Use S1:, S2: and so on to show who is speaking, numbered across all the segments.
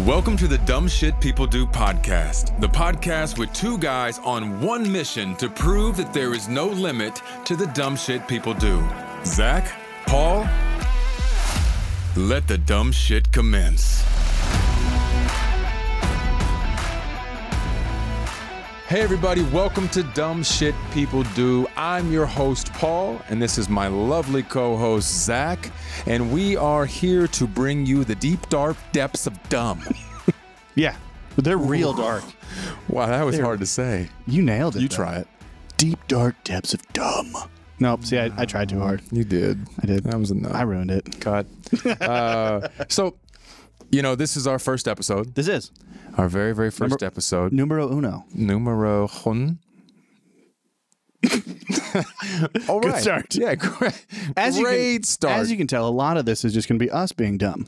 S1: Welcome to the Dumb Shit People Do podcast, the podcast with two guys on one mission to prove that there is no limit to the dumb shit people do. Zach, Paul, let the dumb shit commence. Hey, everybody, welcome to Dumb Shit People Do. I'm your host, Paul, and this is my lovely co host, Zach, and we are here to bring you the deep, dark depths of dumb.
S2: Yeah. But they're real dark.
S1: Wow, that was hard to say.
S2: You nailed it.
S1: You
S2: though.
S1: try it.
S2: Deep dark depths of dumb. Nope. See, I, I tried too hard.
S1: You did.
S2: I did.
S1: That was enough.
S2: I ruined it.
S1: Cut. uh, so, you know, this is our first episode,
S2: This is
S1: our very, very first
S2: Number-
S1: episode.
S2: numero uno.
S1: numero hun. All right.
S2: start.
S1: Yeah, great.
S2: As you
S1: great
S2: can,
S1: start.
S2: As you can tell, a lot of this is just going to be us being dumb.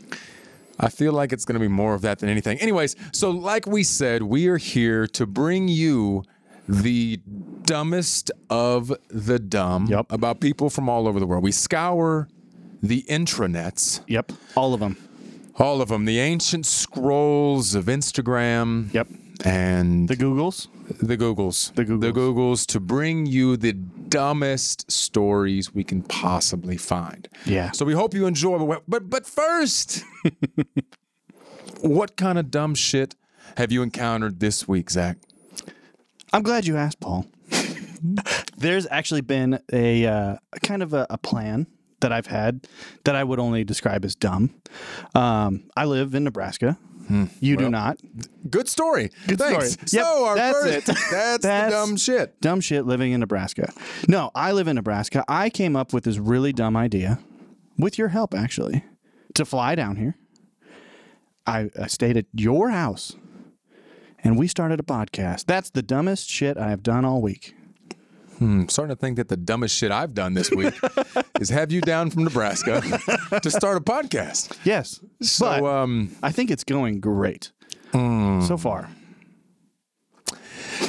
S1: I feel like it's going to be more of that than anything. Anyways, so like we said, we are here to bring you the dumbest of the dumb
S2: Yep.
S1: about people from all over the world. We scour the intranets,
S2: Yep. All of them.
S1: all of them, the ancient scrolls of Instagram.
S2: Yep.
S1: And
S2: The Googles.
S1: the Googles.
S2: The Googles.
S1: The Googles to bring you the dumbest stories we can possibly find.
S2: Yeah.
S1: So we hope you enjoy. But but, but first, what kind of dumb shit have you encountered this week, Zach?
S2: I'm glad you asked, Paul. There's actually been a uh, kind of a, a plan that I've had that I would only describe as dumb. Um, I live in Nebraska. You do not.
S1: Good story. Good Thanks.
S2: story. Yep,
S1: So our
S2: that's
S1: first,
S2: it.
S1: that's,
S2: That's-
S1: the dumb shit.
S2: dumb shit living in Nebraska. No, I live in Nebraska. I came up with this really dumb idea with your help, actually, to fly down here. I, I stayed at your house and we started a podcast. That's the dumbest shit I have done all week.
S1: I'm starting to think that the dumbest shit I've done this week is have you down from Nebraska to start a podcast.
S2: Yes.
S1: So Hmm.
S2: but
S1: um,
S2: I think it's going great so far.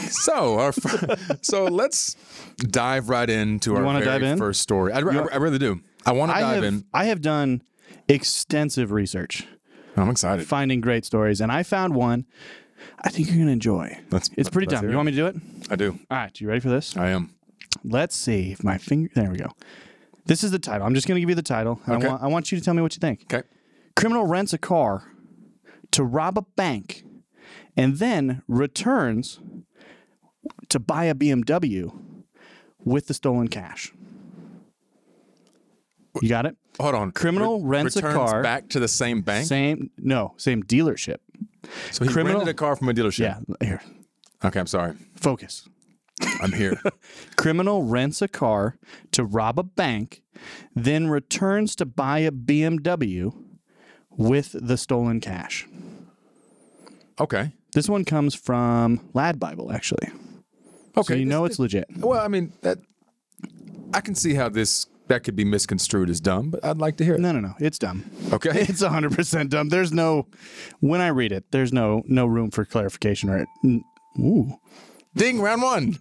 S1: So, our fir- so let's dive right into our
S2: wanna
S1: very
S2: dive in?
S1: first story. I, I, I really do. I want to
S2: I
S1: dive
S2: have,
S1: in.
S2: I have done extensive research
S1: I'm excited.
S2: finding great stories, and I found one I think you're going to enjoy.
S1: Let's-
S2: it's pretty
S1: let's
S2: dumb.
S1: hear
S2: You
S1: it.
S2: want me to do it?
S1: I do.
S2: All right. You ready for this?
S1: I am.
S2: Let's see if my finger. There we go. This is the title. I'm just going to give you the title. and
S1: Okay.
S2: I, want, I want you to tell me what you think.
S1: Okay.
S2: Criminal rents a car to rob a bank and then returns to buy a BMW with the stolen cash. You got it?
S1: Hold on.
S2: Criminal rents a
S1: returns
S2: car.
S1: back to the same bank.
S2: Same, no, same dealership.
S1: so he
S2: criminal-
S1: rented a car from a dealership.
S2: Yeah, here,
S1: Okay. I'm sorry.
S2: focus.
S1: I'm here.
S2: Criminal rents a car to rob a bank, then returns to buy a BMW with the stolen cash.
S1: okay.
S2: This one comes from Lad Bible, actually.
S1: Okay.
S2: So you
S1: this-
S2: know it's legit.
S1: Well, I mean that. I can see how this that could be misconstrued as dumb, but I'd like to hear it.
S2: No, no, no. It's dumb.
S1: Okay.
S2: It's 100% dumb. There's no, when I read it, there's no no room for clarification or. n- Ooh.
S1: Ding. Round one.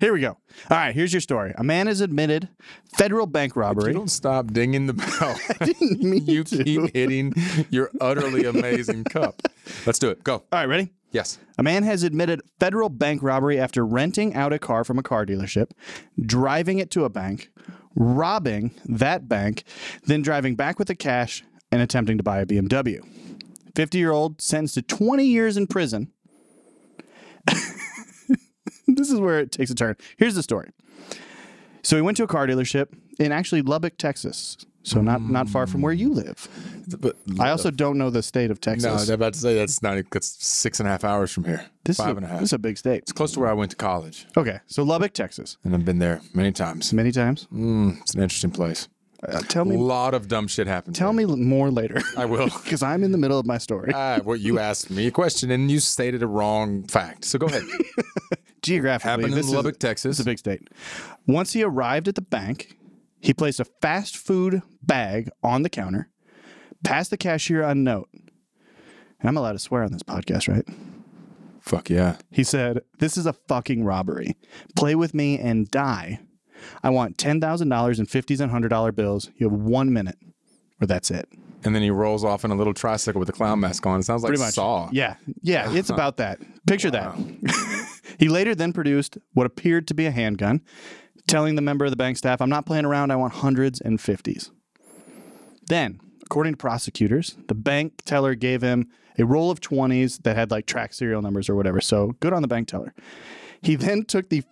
S2: Here we go. All right, here's your story. A man is admitted federal bank
S1: You
S2: robbery.
S1: don't stop dinging the bell.
S2: Didn't mean
S1: you
S2: to.
S1: keep hitting your utterly amazing cup. Let's do it. Go.
S2: All right, ready?
S1: Yes.
S2: A man has admitted federal bank robbery after renting out a car from a car dealership, driving it to a bank, robbing that bank, then driving back with the cash and attempting to buy a BMW. 50 year old sentenced to 20 years in prison. this is where it takes a turn. Here's the story. So he went to a car dealership in actually Lubbock, Texas. So not not far from where you live.
S1: But
S2: I also don't know the state of Texas.
S1: no, I was about to say that's not. That's six and a half hours from here.
S2: this
S1: Five
S2: is a,
S1: and a half.
S2: This is a big state.
S1: It's close to where I went to college,
S2: Okay, so Lubbock, Texas.
S1: and I've been there many times.
S2: many times.
S1: Mm. It's an interesting place.
S2: Uh, tell
S1: A
S2: me,
S1: lot of dumb shit happens.
S2: tell me more later,
S1: I will.
S2: because I'm in the middle of my story.
S1: Ah, well, you asked me a question and you stated a wrong fact. So go ahead.
S2: Geographically,
S1: Happened
S2: this
S1: in
S2: is,
S1: Lubbock,
S2: this
S1: Texas.
S2: is a big state. Once he arrived at the bank, he placed a fast food bag on the counter, passed the cashier a note, and I'm allowed to swear on this podcast, right?
S1: Fuck yeah.
S2: He said, "This is a fucking robbery. Play with me and die. I want ten thousand dollars in fifties and hundred dollar bills. You have one minute, or that's it."
S1: and then he rolls off in a little tricycle with a clown mask on. It sounds like
S2: Pretty much.
S1: Saw.
S2: Yeah. Yeah. It's about that. Picture that. he later then produced what appeared to be a handgun, telling the member of the bank staff, I'm not playing around. I want hundreds and fifties. Then, according to prosecutors, the bank teller gave him a roll of 20s that had like track serial numbers or whatever. So good on the bank teller. He then took the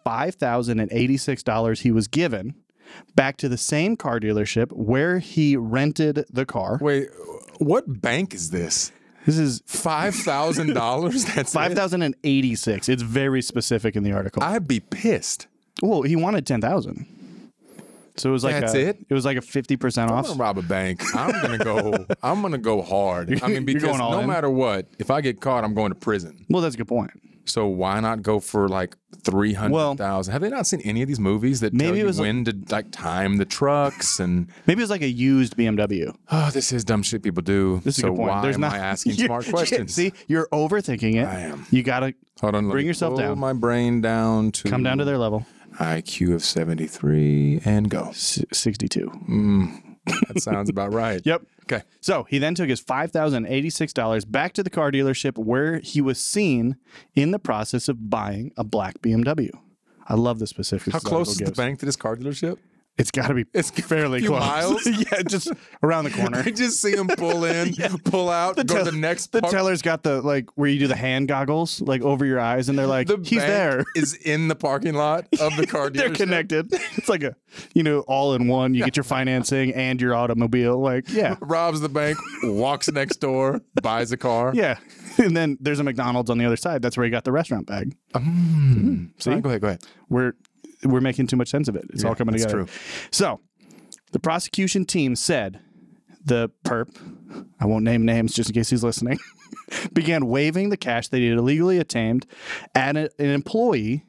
S2: $5,086 he was given back to the same car dealership where he rented the car.
S1: Wait, what bank is this?
S2: This is
S1: Five thousand dollars? That's
S2: Five
S1: it?
S2: thousand and eighty-six. It's very specific in the article.
S1: I'd be pissed.
S2: well, he wanted ten thousand, so it was like
S1: That's
S2: a,
S1: it?
S2: was like a fifty percent
S1: I'm
S2: off.
S1: gonna rob a bank. I'm gonna go. I'm gonna go hard. I mean,
S2: You're
S1: because
S2: going all
S1: no
S2: in?
S1: matter what, if I get caught, I'm going to prison.
S2: Well, that's a good point.
S1: So why not go for like three hundred thousand? Have they not seen any of these movies that
S2: Maybe
S1: tell
S2: it
S1: you
S2: was a-
S1: when to like time the trucks and
S2: Maybe it was like a used BMW.
S1: oh, this is dumb shit people do.
S2: This is
S1: so
S2: a good point.
S1: why
S2: There's
S1: am
S2: not
S1: I asking
S2: you-
S1: smart questions?
S2: See, you're overthinking it.
S1: I am.
S2: You gotta
S1: Hold on, let
S2: Bring
S1: me
S2: yourself
S1: pull
S2: down.
S1: My brain down to
S2: come down to their level.
S1: IQ of seventy three and go.
S2: S- Sixty-two.
S1: That sounds about right.
S2: Mm. Yep.
S1: Okay.
S2: So he then took his $5,086 back to the car dealership where he was seen in the process of buying a black BMW. I love the specifics.
S1: How
S2: this
S1: close
S2: article
S1: is the
S2: gives.
S1: bank to this car dealership?
S2: It's got to be
S1: It's a
S2: fairly
S1: few
S2: close.
S1: miles.
S2: yeah, just around the corner.
S1: I just see him pull in, pull out, go
S2: tell-
S1: to the next
S2: The
S1: part.
S2: teller's got the like where you do the hand goggles like over your eyes, and they're like,
S1: the
S2: "He's
S1: bank
S2: there."
S1: is in the parking lot of the car dealership.
S2: They're connected. It's like a you know all in one. You get your financing and your automobile. Like yeah,
S1: Robs the bank, walks next door, buys a car.
S2: yeah. And then there's a McDonald's on the other side. That's where he got the restaurant bag.
S1: See? go ahead, go ahead.
S2: we're we're making too much sense of it. It's all coming
S1: that's
S2: together. So, the prosecution team said the perp, I won't name names just in case he's listening, began waving the cash that he had illegally attained at a- an employee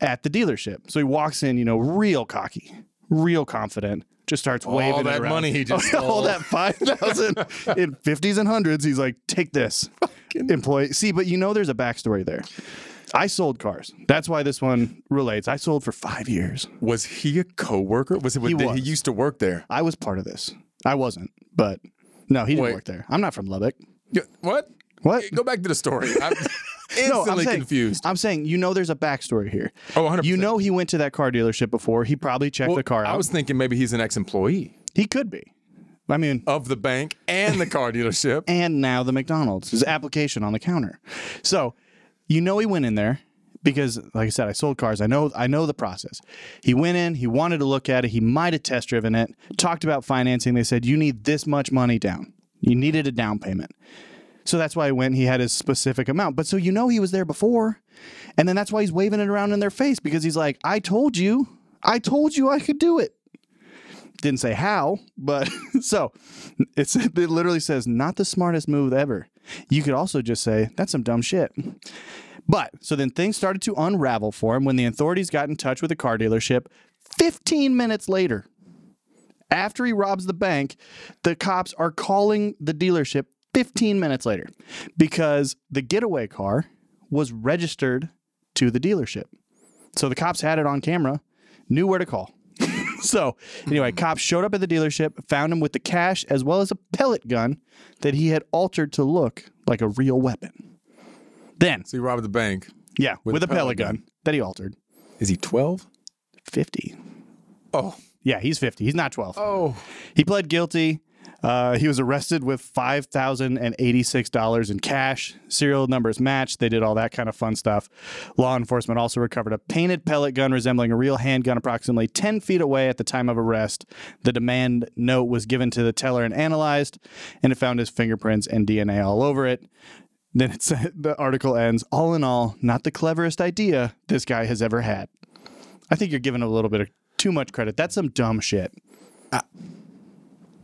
S2: at the dealership. So he walks in, you know, real cocky, real confident, just starts waving
S1: All
S2: it
S1: that
S2: around.
S1: money he just stole.
S2: all that five thousand in fifties and hundreds. He's like, take this, employee. See, but you know, there's a backstory there. I sold cars. That's why this one relates. I sold for five years.
S1: Was he a coworker? Was it? He,
S2: was.
S1: he used to work there.
S2: I was part of this. I wasn't, but no, he didn't
S1: Wait.
S2: work there. I'm not from Lubbock.
S1: Yeah, What?
S2: What?
S1: Go back to the story. I'm instantly
S2: No, Oh, I'm saying,
S1: confused.
S2: I'm saying you know there's a backstory here.
S1: Oh, 100%.
S2: You know he went to that car dealership before. He probably checked the car out.
S1: I was thinking maybe he's an ex-employee
S2: he could be. I mean,
S1: of the bank and the car dealership.
S2: and now the McDonald's, his application on the counter. So you know he went in there because like I said, I sold cars. I know I know the process. He went in, he wanted to look at it, he might have test driven it, talked about financing. They said, You need this much money down. You needed a down payment. So that's why he went, he had his specific amount. But so you know he was there before. And then that's why he's waving it around in their face because he's like, I told you, I told you I could do it didn't say how, but so it's, it literally says not the smartest move ever. You could also just say that's some dumb shit. But so then things started to unravel for him when the authorities got in touch with the car dealership 15 minutes later. After he robs the bank, the cops are calling the dealership 15 minutes later because the getaway car was registered to the dealership. So the cops had it on camera, knew where to call. So, anyway, cops showed up at the dealership, found him with the cash as well as a pellet gun that he had altered to look like a real weapon. Then,
S1: So he robbed the bank.
S2: yeah, with, a pellet, gun, that he altered.
S1: Is he 12?
S2: 50.
S1: Oh.
S2: Yeah, he's 50. He's not 12.
S1: Oh.
S2: He pled guilty. Uh, he was arrested with $5,086 in cash. Serial numbers matched. They did all that kind of fun stuff. Law enforcement also recovered a painted pellet gun resembling a real handgun approximately 10 feet away at the time of arrest. The demand note was given to the teller and analyzed, and it found his fingerprints and DNA all over it. Then it said, the article ends All in all, not the cleverest idea this guy has ever had. I think you're giving a little bit of too much credit. That's some dumb shit.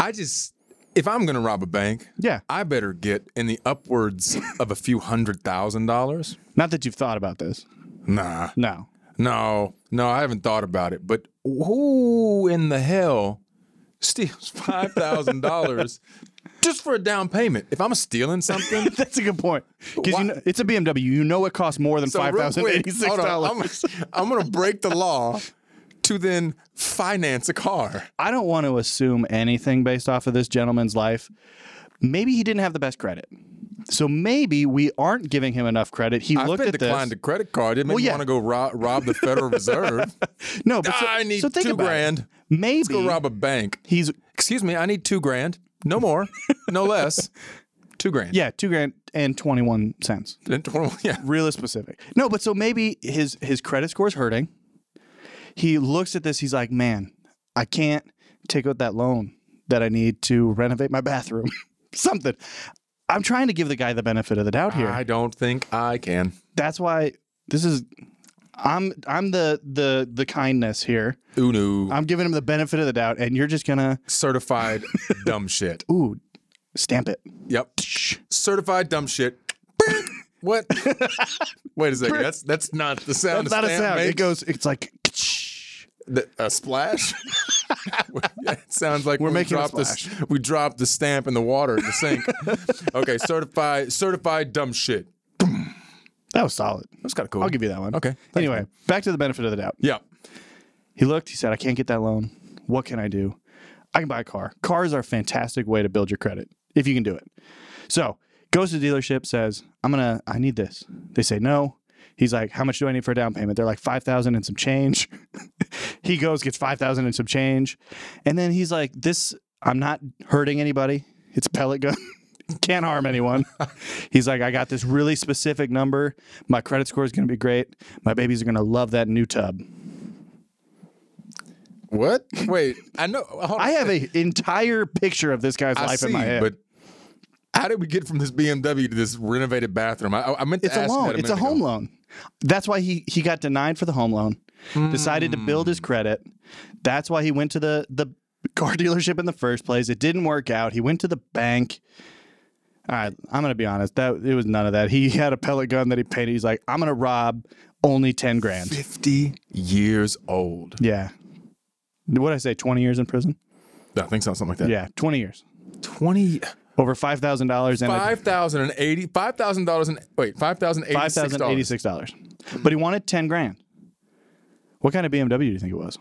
S1: I just, if I'm going to rob a bank,
S2: Yeah.
S1: I better get in the upwards of a few hundred thousand dollars.
S2: Not that you've thought about this.
S1: Nah.
S2: No.
S1: No, no, I haven't thought about it. But who in the hell steals $5,000 just for a down payment? If I'm stealing something,
S2: That's a good point. Because
S1: Why-
S2: you know, it's a BMW. You know it costs more than
S1: So real quick,
S2: $5,086.
S1: hold on, I'm, I'm going to break the law to then finance a car.
S2: I don't want to assume anything based off of this gentleman's life. Maybe he didn't have the best credit. So maybe we aren't giving him enough credit. He
S1: I've
S2: looked
S1: been
S2: at this.
S1: declined a credit card. It made
S2: Well,
S1: me
S2: yeah.
S1: want to go rob, rob the Federal Reserve.
S2: No, but so,
S1: I need
S2: so think
S1: two
S2: about it.
S1: grand.
S2: Maybe
S1: Let's go rob a bank.
S2: he's
S1: Excuse me, I need two grand. No more, no less. Two grand.
S2: yeah, two grand and twenty one cents.
S1: yeah.
S2: really specific. No, but so maybe his his credit score is hurting. He looks at this. He's like, man, I can't take out that loan that I need to renovate my bathroom. Something. I'm trying to give the guy the benefit of the doubt here.
S1: I don't think I can.
S2: That's why this is. I'm I'm the the the kindness here.
S1: Unu
S2: I'm giving him the benefit of the doubt, and you're just gonna
S1: certified dumb shit.
S2: ooh stamp it.
S1: Yep. Certified dumb shit. what? Wait a second. That's that's not the sound.
S2: That's not a
S1: stamp
S2: sound. It
S1: makes.
S2: goes. It's like
S1: The- a splash. Yeah, it sounds like
S2: We're
S1: we
S2: making a
S1: dropped the-
S2: splash.
S1: we dropped the stamp in the water in the sink. okay, certified certified dumb shit.
S2: that was solid.
S1: That's kind of cool.
S2: I'll give you that one.
S1: Okay. Thanks,
S2: Anyway, back to the benefit of the doubt.
S1: Yeah.
S2: He looked, he said, I can't get that loan. What can I do? I can buy a car. Cars are a fantastic way to build your credit if you can do it. So goes to the dealership, says, I'm gonna, I need this. They say no. He's like, How much do I need for a down payment? They're like five thousand and some change. he goes, gets five thousand and some change. And then he's like, This, I'm not hurting anybody. It's a pellet gun. Can't harm anyone. He's like, I got this really specific number. My credit score is gonna be great. My babies are gonna love that new tub.
S1: What? Wait. I know. hold on.
S2: I have an entire picture of this guy's
S1: I
S2: life
S1: see,
S2: in my head.
S1: but how did we get from this BMW to this renovated bathroom? I, I meant to
S2: it's a
S1: ask
S2: loan.
S1: that
S2: it's a
S1: minute ago.
S2: home loan. That's why he he got denied for the home loan. Decided to build
S1: Hmm.
S2: his credit. That's why he went to the the car dealership in the first place. It didn't work out. He went to the bank. All right, I'm gonna be honest. That it was none of that. He had a pellet gun that he painted. He's like, I'm gonna rob only ten grand.
S1: Fifty years old.
S2: Yeah. What did I say? Twenty years in prison?
S1: I think so, something like that.
S2: Yeah, twenty years.
S1: Twenty
S2: Over five thousand dollars and a
S1: five thousand and eighty five thousand dollars and wait five thousand eighty
S2: Five
S1: six
S2: thousand
S1: dollars.
S2: eighty-six dollars,
S1: Mm.
S2: but he wanted ten grand. What kind of BMW do you think it was?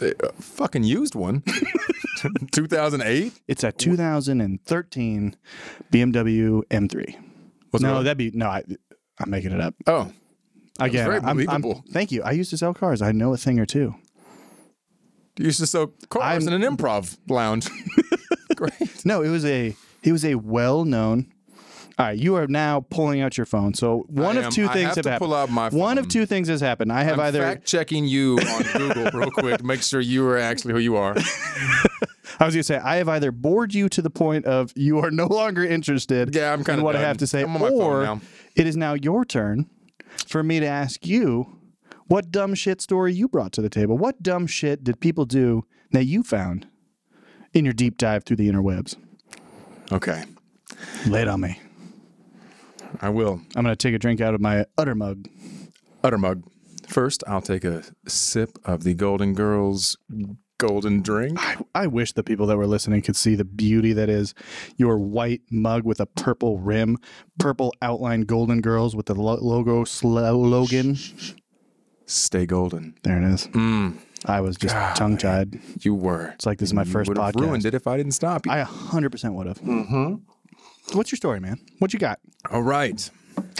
S1: uh, Fucking used one. Two thousand eight.
S2: It's a 2013 BMW M3.
S1: Was it
S2: No,
S1: really?
S2: that'd be no. I, I'm making it up
S1: Oh,
S2: again.
S1: very
S2: I'm- I'm-
S1: believable.
S2: thank you. I used to sell cars. I know a thing or two.
S1: you used to sell cars in an improv lounge. Great.
S2: No, it was a he was a well-known. All right, you are now pulling out your phone. So one
S1: I
S2: of
S1: am-
S2: two
S1: I
S2: things
S1: have to
S2: happened.
S1: pull out my
S2: One of
S1: phone.
S2: two things has happened. I have
S1: I'm
S2: either
S1: fact checking you on Google real quick to make sure you are actually who you are.
S2: I was gonna say I have either bored you to the point of you are no longer interested.
S1: Yeah, I'm
S2: in
S1: kinda
S2: what I
S1: done.
S2: have to say,
S1: I'm on my phone
S2: or
S1: now.
S2: it is now your turn for me to ask you what dumb shit story you brought to the table. What dumb shit did people do that you found in your deep dive through the interwebs?
S1: Okay,
S2: Lay it on me.
S1: I will.
S2: I'm gonna take a drink out of my utter mug.
S1: Utter mug. First, I'll take a sip of the Golden Girls golden drink.
S2: I, I wish the people that were listening could see the beauty that is your white mug with a purple rim, purple outline, Golden Girls with the lo- logo slogan.
S1: Stay golden.
S2: There it is. I was just tongue tied.
S1: You were.
S2: It's like this is my first
S1: would have
S2: podcast.
S1: ruined it if I didn't stop you.
S2: I 100% would have. Mm-hmm. What's your story, man? What you got?
S1: All right.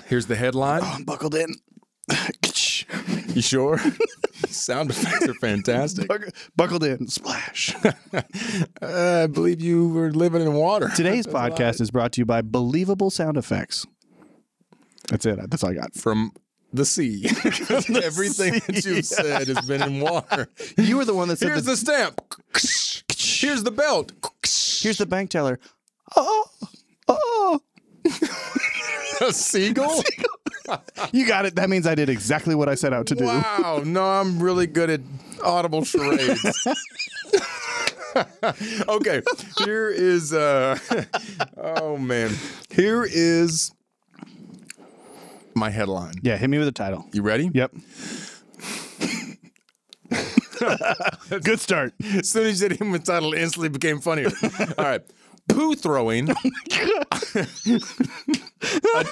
S1: Here's the headline.
S2: I'm buckled in.
S1: You sure? Sound effects are fantastic.
S2: buckled in. Splash.
S1: Uh, I believe you were living in water.
S2: Today's podcast is brought to you by Believable Sound Effects. That's it. That's all I got.
S1: From the sea. Everything that you've said has been in water.
S2: You were the one that said
S1: Here's
S2: the,
S1: the stamp. Here's the belt.
S2: here's the bank teller. Oh, oh.
S1: A seagull?
S2: You got it. That means I did exactly what I set out to do.
S1: Wow. No, I'm really good at audible charades. okay. Here is uh oh man. Here is my headline.
S2: Yeah, hit me with a title.
S1: You ready?
S2: Yep. Good start.
S1: As soon as you said him with title, it
S2: Oh,
S1: instantly became funnier. All right. Poo throwing a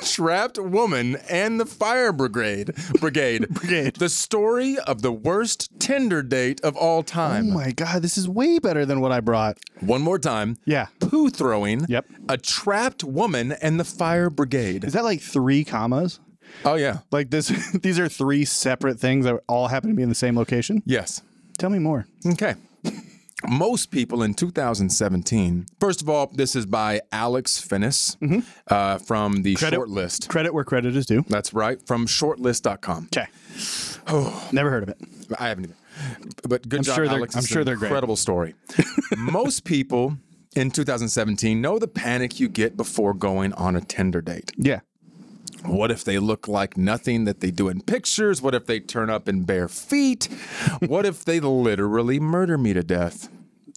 S1: trapped woman, and the fire brigade. Brigade.
S2: Brigade.
S1: The story of the worst Tinder date of all
S2: Oh
S1: time.
S2: my God, this is way better than what I brought.
S1: One more time.
S2: Yeah.
S1: Poo throwing.
S2: Yep.
S1: A trapped woman and the fire brigade.
S2: Is that like three commas?
S1: Oh yeah.
S2: Like this, these are three separate things that all happen to be in the same location.
S1: Yes.
S2: Tell me more.
S1: Okay. Most people in 2017. First of all, this is by Alex Finnis uh, from the
S2: Mm-hmm. Credit-
S1: shortlist.
S2: Credit where credit is due.
S1: That's right, from shortlist.com.
S2: Okay. Oh, never heard of it.
S1: I haven't either. But good
S2: I'm
S1: job,
S2: sure they're-
S1: Alex.
S2: I'm
S1: It's
S2: sure
S1: an
S2: they're great.
S1: incredible story. Most people in 2017 know the panic you get before going on a Tinder date.
S2: Yeah.
S1: What if they look like nothing that they do in pictures? What if they turn up in bare feet? what if they literally murder me to death?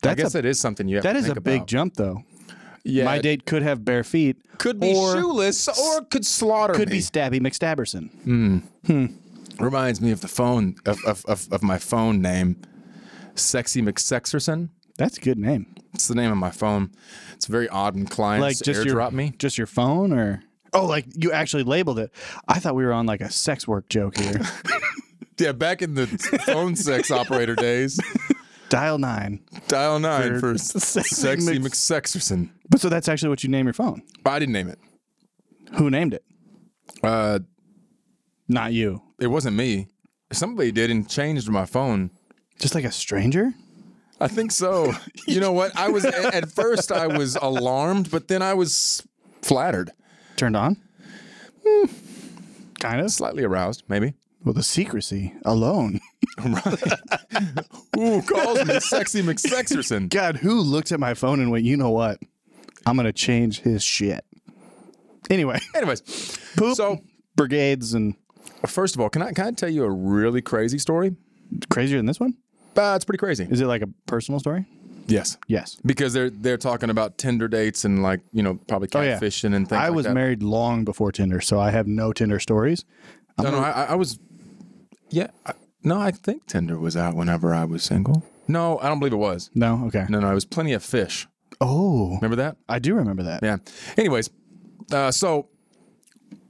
S2: That's
S1: I guess
S2: a-
S1: that is something you have
S2: That
S1: to
S2: is a
S1: think
S2: big
S1: about.
S2: jump, though.
S1: Yeah,
S2: My date could have bare feet.
S1: could be
S2: or
S1: shoeless or could slaughter
S2: Could
S1: me.
S2: be Stabby McStabberson.
S1: Reminds me of the phone of, of, of, of my phone name, Sexy McSexerson.
S2: That's a good name.
S1: It's the name of my phone. It's very odd when
S2: Like
S1: clients
S2: just your
S1: airdrop me.
S2: just your phone, or oh, like you actually labeled it. I thought we were on like a sex work joke here.
S1: Yeah, back in the phone sex operator days,
S2: Dial nine.
S1: dial nine for,
S2: Sexy
S1: Sexy
S2: Mc-
S1: McSexerson.
S2: But so that's actually what you name your phone.
S1: I didn't name it.
S2: Who named it?
S1: Uh,
S2: Not you.
S1: it wasn't me. Somebody did and changed my phone.
S2: Just like a stranger.
S1: I think so. you know what? I was at at first I was alarmed, but then I was flattered,
S2: Turned on. Hmm. Kind of.
S1: slightly aroused, maybe.
S2: Well, the secrecy alone.
S1: Ooh, calls me sexy McSexerson.
S2: God, who looked at my phone and went, you know what? I'm gonna change his shit. Anyway,
S1: Anyways,
S2: poop
S1: So-
S2: brigades and
S1: first of all, can I can I tell you a really crazy story?
S2: crazier than this one.
S1: Uh, it's pretty crazy.
S2: Is it like a personal story?
S1: Yes,
S2: Yes.
S1: because they're they're talking about Tinder dates and like you know probably
S2: Oh, yeah.
S1: catfishing and things.
S2: I
S1: like
S2: was
S1: that.
S2: married long before Tinder, so I have no Tinder stories.
S1: No, no, I, I- I was. Yeah, I, no, I think Tinder was out whenever I was single. No, I don't believe it was.
S2: No, okay.
S1: No, no, it was plenty of fish.
S2: Oh,
S1: Remember that?
S2: I do remember that.
S1: Yeah. Anyways, uh, so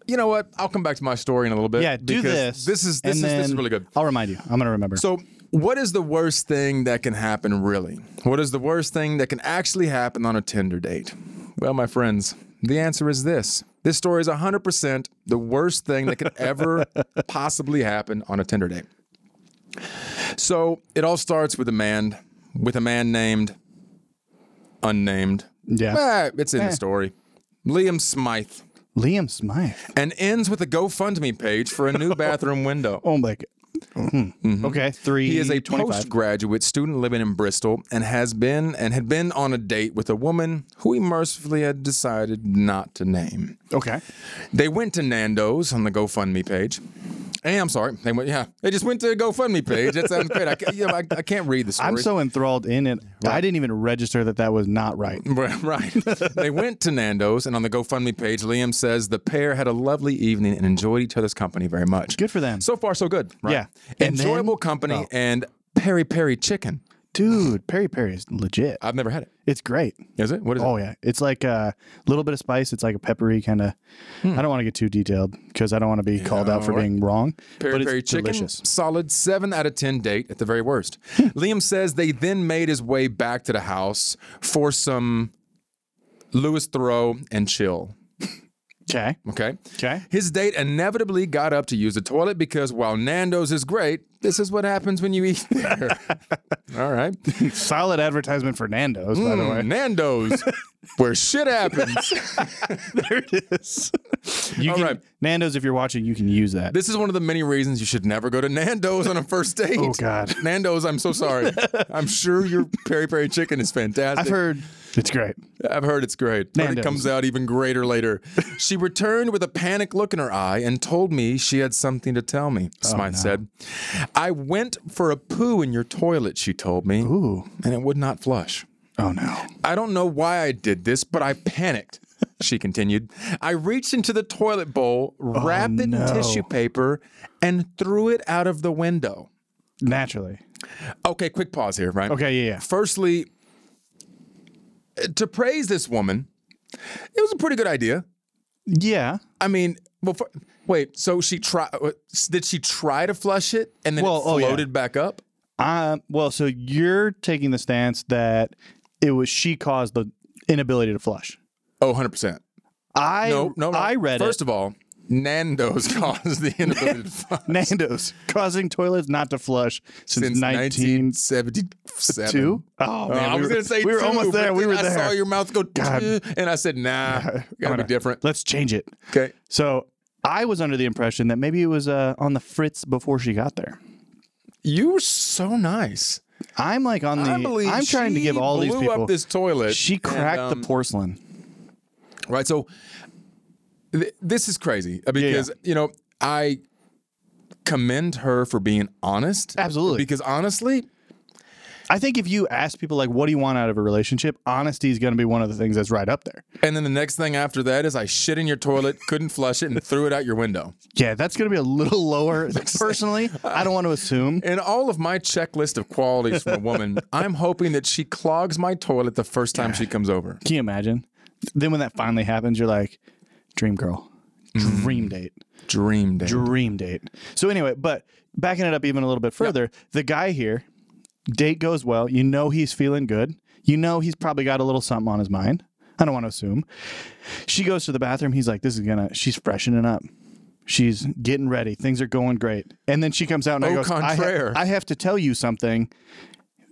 S1: you know what? I'll come back to my story in a little bit.
S2: Yeah, do
S1: because
S2: this.
S1: This is this is,
S2: and
S1: this is
S2: then
S1: really good.
S2: I'll remind you. I'm gonna remember.
S1: So, what is the worst thing that can happen, really? What is the worst thing that can actually happen on a Tinder date? Well, my friends, the answer is this. This story is 100% the worst thing that could ever possibly happen on a Tinder date. So, it all starts with a man, with a man named unnamed.
S2: Yeah.
S1: Eh, it's in the story. Liam Smythe.
S2: Liam Smythe.
S1: And ends with a GoFundMe page for a new bathroom window.
S2: Oh my god. Okay, three.
S1: Mm-hmm. He is a
S2: 25.
S1: postgraduate student living in Bristol and has been and had been on a date with a woman who he mercifully had decided not to name.
S2: Okay.
S1: They went to Nando's on the GoFundMe page. Hey, I'm sorry. They went, yeah. They just went to a GoFundMe page. That's unfair. I, can't- you know, I, I can't read the story.
S2: I'm so enthralled in it. I didn't even register that that was not right.
S1: Right. right. they went to Nando's, and on the GoFundMe page, Liam says the pair had a lovely evening and enjoyed each other's company very much.
S2: Good for them.
S1: So far, so good. Right?
S2: Yeah. And then-
S1: Enjoyable company
S2: Oh.
S1: and peri peri chicken.
S2: Dude, Peri Peri is legit.
S1: I've never had it.
S2: It's great.
S1: Is it? What is it?
S2: Oh yeah, it's like a little bit of spice. It's like a peppery kind of.
S1: Hmm.
S2: I don't want to get too detailed because I don't want to be called out for
S1: all right.
S2: being wrong.
S1: Peri
S2: but
S1: peri
S2: it's
S1: chicken,
S2: delicious. Hmm.
S1: solid seven out of ten date at the very worst. Liam says they then made his way back to the house for some Lewis Thoreau and chill.
S2: Okay.
S1: Okay.
S2: Okay.
S1: His date inevitably got up to use the toilet because while Nando's is great, this is what happens when you eat there. All right.
S2: Solid advertisement for Nando's, by
S1: Hmm.
S2: the way.
S1: Nando's, where shit happens.
S2: You
S1: All
S2: can,
S1: right.
S2: Nando's, if you're watching, you can use that.
S1: This is one of the many reasons you should never go to Nando's on a first date.
S2: Oh, God.
S1: Nando's, I'm so sorry. I'm sure your peri peri chicken is fantastic.
S2: I've heard it's great.
S1: I've heard it's great. But it
S2: Nando's.
S1: comes out even greater later. she returned with a panic look in her eye and told me she had something to tell me,
S2: Oh,
S1: Smythe said. I went for a poo in your toilet, she told me,
S2: Ooh.
S1: and it would not flush.
S2: Oh no.
S1: I don't know why I did this, but I panicked. She continued. I reached into the toilet bowl, wrapped it in
S2: Oh, no.
S1: tissue paper, and threw it out of the window.
S2: Naturally.
S1: Okay, quick pause here, right?
S2: Okay. Yeah. yeah.
S1: Firstly, to praise this woman, it was a pretty good idea.
S2: Yeah.
S1: I mean, well, for, wait. So she try? Did she try to flush it and then
S2: Well,
S1: it
S2: oh, yeah.
S1: floated back up?
S2: Um, well, so you're taking the stance that it was she caused the inability to flush.
S1: Oh, 100 percent.
S2: I
S1: No, no, no.
S2: I read
S1: First
S2: it.
S1: of all, Nando's caused the inability to flush
S2: Nando's causing toilets not to flush since,
S1: since
S2: 19.
S1: 1972.
S2: Two? Oh, man,
S1: I
S2: we
S1: was
S2: were-
S1: gonna say
S2: we were
S1: two,
S2: almost
S1: but
S2: there. We
S1: then
S2: were
S1: I
S2: there.
S1: saw your mouth go, "Tuh," and I said, "Nah, gotta be different."
S2: Let's change it.
S1: Okay,
S2: So I was under the impression that maybe it was uh, on the fritz before she got there.
S1: you were so nice.
S2: I'm like on the.
S1: I believe
S2: I'm trying to
S1: she
S2: give all these
S1: blew
S2: people.
S1: up this toilet.
S2: she
S1: and,
S2: cracked
S1: um,
S2: the porcelain.
S1: right? So th- this is crazy uh, because you know I commend her for being honest.
S2: Absolutely.
S1: Because honestly,
S2: I think if you ask people like, "What do you want out of a relationship?" Honesty is going to be one of the things that's right up there.
S1: and then the next thing after that is I shit in your toilet, couldn't flush it, and threw it out your window.
S2: Yeah, that's going to be a little lower. Personally, I don't want to assume.
S1: In all of my checklist of qualities from a woman, I'm hoping that she clogs my toilet the first time she comes over.
S2: Can you imagine? Then when that finally happens, you're like, "Dream girl, dream date,
S1: Dream day.
S2: dream date." So anyway, but backing it up even a little bit further, the guy here, date goes well. You know he's feeling good. You know he's probably got a little something on his mind. I don't want to assume. She goes to the bathroom. He's like, "This is gonna." She's freshening up. She's getting ready. Things are going great. And then she comes out and I
S1: Au
S2: goes, I, ha-
S1: contraire.
S2: "I have to tell you something."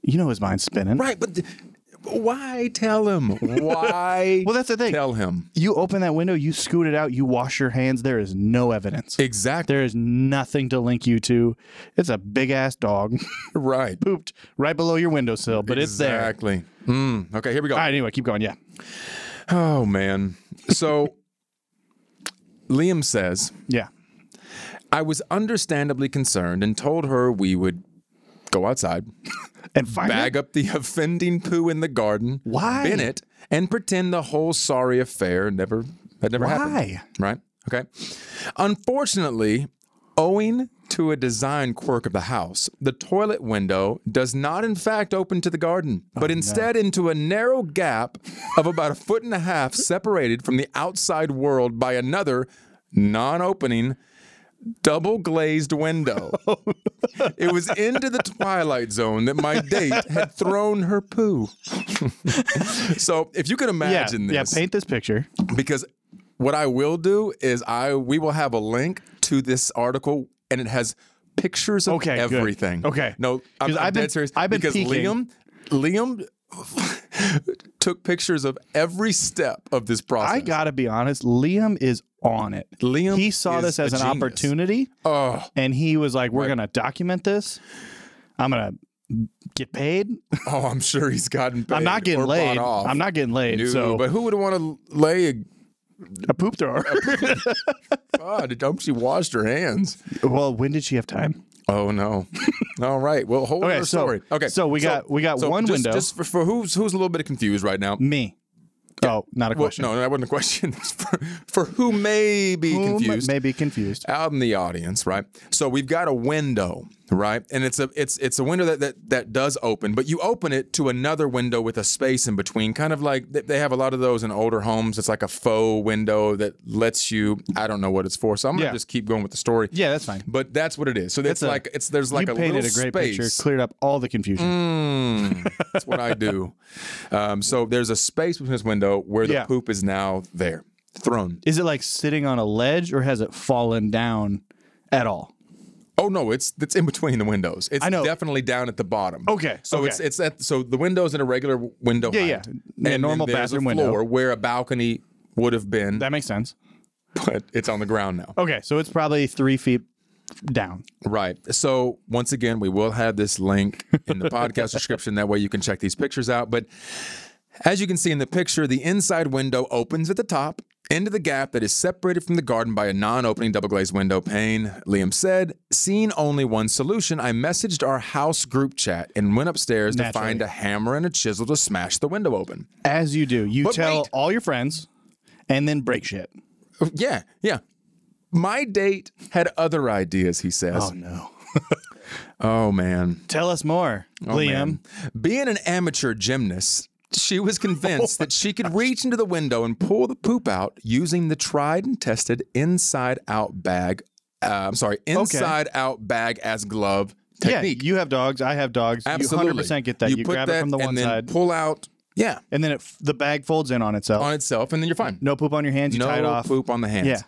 S2: You know his mind's spinning.
S1: right, but th- why tell him? Why?
S2: Well, that's the thing.
S1: Tell him
S2: you open that window, you scoot it out, you wash your hands. There is no evidence.
S1: exactly.
S2: There is nothing to link you to. It's a big ass dog
S1: Right.
S2: pooped right below your windowsill, but it's there.
S1: Exactly. Mm, okay, here we go.
S2: All right, anyway, keep going. Yeah.
S1: Oh man. So Liam says,
S2: Yeah.
S1: I was understandably concerned and told her we would go outside,
S2: And find
S1: bag up the offending poo in the garden,
S2: Why?
S1: bin it, and pretend the whole sorry affair never had never happened.
S2: Why?
S1: Right? Okay. Unfortunately, owing to a design quirk of the house, the toilet window does not in fact open to the garden,
S2: Oh,
S1: but instead into a narrow gap of about a foot and a half separated from the outside world by another non-opening double glazed window. it was into the twilight zone that my date had thrown her poo. so if you could
S2: yeah,
S1: imagine
S2: yeah,
S1: this
S2: paint this picture.
S1: because what I will do is I we will have a link to this article and it has pictures of
S2: Okay, good.
S1: everything.
S2: Okay.
S1: No, I'm,
S2: 'Cause
S1: I'm
S2: I've been-
S1: dead serious.
S2: I've been
S1: because
S2: peeking.
S1: Liam Liam took pictures of every step of this process.
S2: I gotta be honest, Liam is on it.
S1: Liam
S2: he saw
S1: is
S2: this as
S1: a
S2: an
S1: genius.
S2: opportunity,
S1: oh
S2: and he was like, "We're gonna document this. I'm gonna get paid.
S1: oh I'm sure he's gotten paid
S2: I'm not getting
S1: or bought
S2: laid.
S1: off.
S2: I'm not getting laid.
S1: No,
S2: so
S1: but who would want to lay a
S2: a poop thrower.
S1: God, dump she washed her hands.
S2: well, when did she have time?
S1: Oh no. All right. Well, hold
S2: Okay,
S1: on.
S2: so-
S1: story. Okay.
S2: so we got- we got one
S1: just,
S2: window.
S1: Just for, for who's who's a little bit confused right now.
S2: Me. Oh, not a
S1: Well,
S2: question.
S1: no, that wasn't a question. It's for, for who may be
S2: Whom
S1: confused
S2: May be confused.
S1: out in the audience, right? So we've got a window, right? And it's a it's it's a window that that, that does open, but you open it to another window with a space in between, kind of like th- they have a lot of those in older homes. It's like a faux window that lets you I don't know what it's for. So I'm gonna
S2: Yeah.
S1: just keep going with the story.
S2: Yeah, that's fine.
S1: But that's what it is. So it's
S2: a-
S1: like it's there's like
S2: you
S1: a
S2: painted
S1: little
S2: a great
S1: space.
S2: picture, cleared up all the confusion.
S1: Mm, that's what I do. Um, so there's a space between this window where the
S2: Yeah.
S1: poop is now there, thrown.
S2: Is it like sitting on a ledge or has it fallen down at all?
S1: Oh no, it's it's in between the windows. It's
S2: I know.
S1: definitely down at the bottom.
S2: Okay,
S1: So
S2: okay.
S1: it's it's at so the window's in a regular w- window.
S2: Yeah, yeah.
S1: height,
S2: Yeah,
S1: then
S2: normal
S1: there's
S2: bathroom
S1: a
S2: window.
S1: floor where a balcony would have been,
S2: That makes sense.
S1: but it's on the ground now.
S2: Okay, so it's probably three feet down.
S1: Right. So once again, we will have this link in the podcast description. That way you can check these pictures out. But as you can see in the picture, the inside window opens at the top into the gap that is separated from the garden by a non-opening double glazed window pane. Liam said, seeing only one solution, I messaged our house group chat and went upstairs to
S2: Naturally.
S1: find a hammer and a chisel to smash the window open.
S2: As you do, you
S1: But
S2: tell
S1: wait.
S2: all your friends and then break shit.
S1: Oh, Yeah, yeah. My date had other ideas, he says.
S2: no.
S1: Oh man.
S2: Tell us more, Liam.
S1: Oh, Man. Being an amateur gymnast, She was convinced that she could reach into the window and pull the poop out using the tried and tested inside out bag. Uh, I'm sorry, inside out bag as glove technique.
S2: Yeah, you have dogs. I have dogs.
S1: Absolutely,
S2: You 100% get that. You,
S1: put
S2: grab
S1: that
S2: it from the
S1: and
S2: one
S1: then
S2: side,
S1: pull out. Yeah,
S2: and then it, f- the bag folds in on itself.
S1: on itself, and then you're fine.
S2: no poop on your hands. You
S1: no
S2: tie it off.
S1: poop on the hands.
S2: Yeah.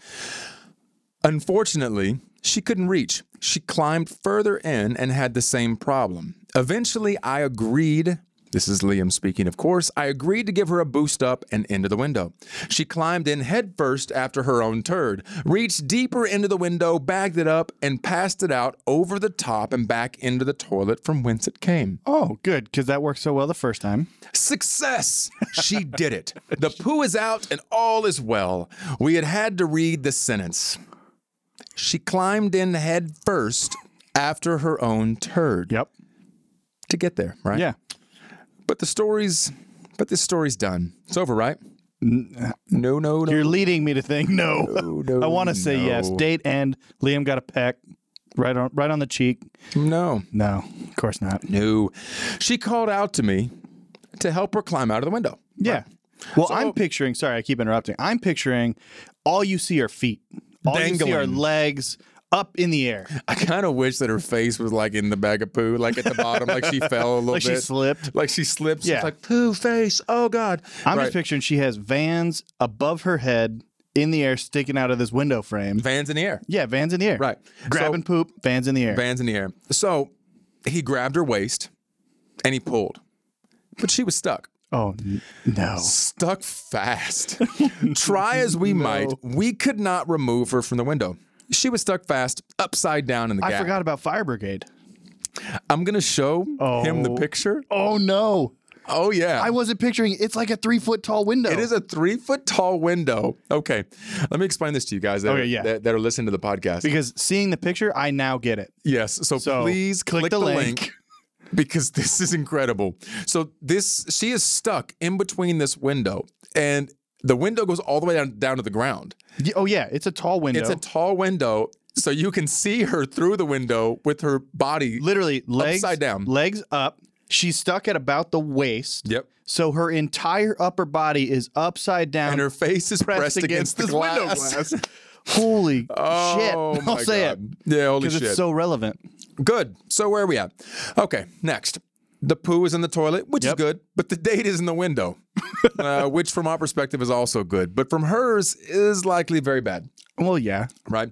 S1: Unfortunately, she couldn't reach. She climbed further in and had the same problem. Eventually, I agreed. This is Liam speaking, of course. I agreed to give her a boost up and into the window. She climbed in headfirst after her own turd, reached deeper into the window, bagged it up, and passed it out over the top and back into the toilet from whence it came.
S2: Oh, good, because that worked so well the first time.
S1: Success! She did it. The poo is out and all is well. We had had to read the sentence. She climbed in head first after her own turd
S2: Yep.
S1: to get there, right?
S2: Yeah.
S1: But the story's, but this story's done. It's over, right? No, no, no.
S2: You're leading me to think no.
S1: no,
S2: I want to say yes.
S1: no.
S2: Date end. Liam got a peck right on right on the cheek.
S1: No,
S2: No, of course not.
S1: no. She called out to me to help her climb out of the window.
S2: Yeah. Well, I'm picturing. Sorry, I keep interrupting. I'm picturing all you see are feet. All you see are
S1: Dangling.
S2: legs up in the air.
S1: I kind of wish that her face was like in the bag of poo, like at the bottom, like she fell a little
S2: Like she
S1: bit.
S2: slipped.
S1: Like she slips. Yeah.
S2: Yeah.
S1: It's like poo face. Oh God.
S2: I'm
S1: Right.
S2: just picturing she has vans above her head in the air, sticking out of this window frame.
S1: Vans in the air.
S2: Yeah, vans in the air.
S1: Right.
S2: Grabbing
S1: So-
S2: poop. Vans in the air.
S1: Vans in the air. So he grabbed her waist and he pulled. But she was stuck.
S2: oh n- no.
S1: Stuck fast. Try as we might, we could not remove her from the window. She was stuck fast, upside down in the
S2: I
S1: gap.
S2: forgot about fire brigade.
S1: I'm gonna show him the
S2: Oh.
S1: picture.
S2: Oh no.
S1: Oh yeah.
S2: I wasn't picturing it's like a three foot tall window.
S1: It is a three foot tall window. Okay. Let me explain this to you guys that,
S2: Okay,
S1: are,
S2: yeah.
S1: that, that are listening to the podcast.
S2: because seeing the picture, I now get it.
S1: yes. So,
S2: So,
S1: please click,
S2: click
S1: the,
S2: the
S1: link.
S2: link.
S1: because this is incredible. So this she is stuck in between this window and the window goes all the way down, down to the ground.
S2: Y- Oh yeah, it's a tall window.
S1: It's a tall window, so you can see her through the window with her body.
S2: literally legs
S1: Upside down.
S2: legs up. She's stuck at about the waist.
S1: Yep.
S2: So her entire upper body is upside down,
S1: And her face is pressed, against, the
S2: this
S1: glass.
S2: window glass. Holy
S1: Oh
S2: shit!
S1: my
S2: I'll say
S1: God.
S2: it
S1: Yeah, holy
S2: because
S1: shit.
S2: it's so relevant.
S1: Good. So where are we at? Okay, next. The poo is in the toilet, which is
S2: Yep.
S1: good, but the date is in the window, uh, which from our perspective is also good, but from hers is likely very bad,
S2: Well, yeah.
S1: right?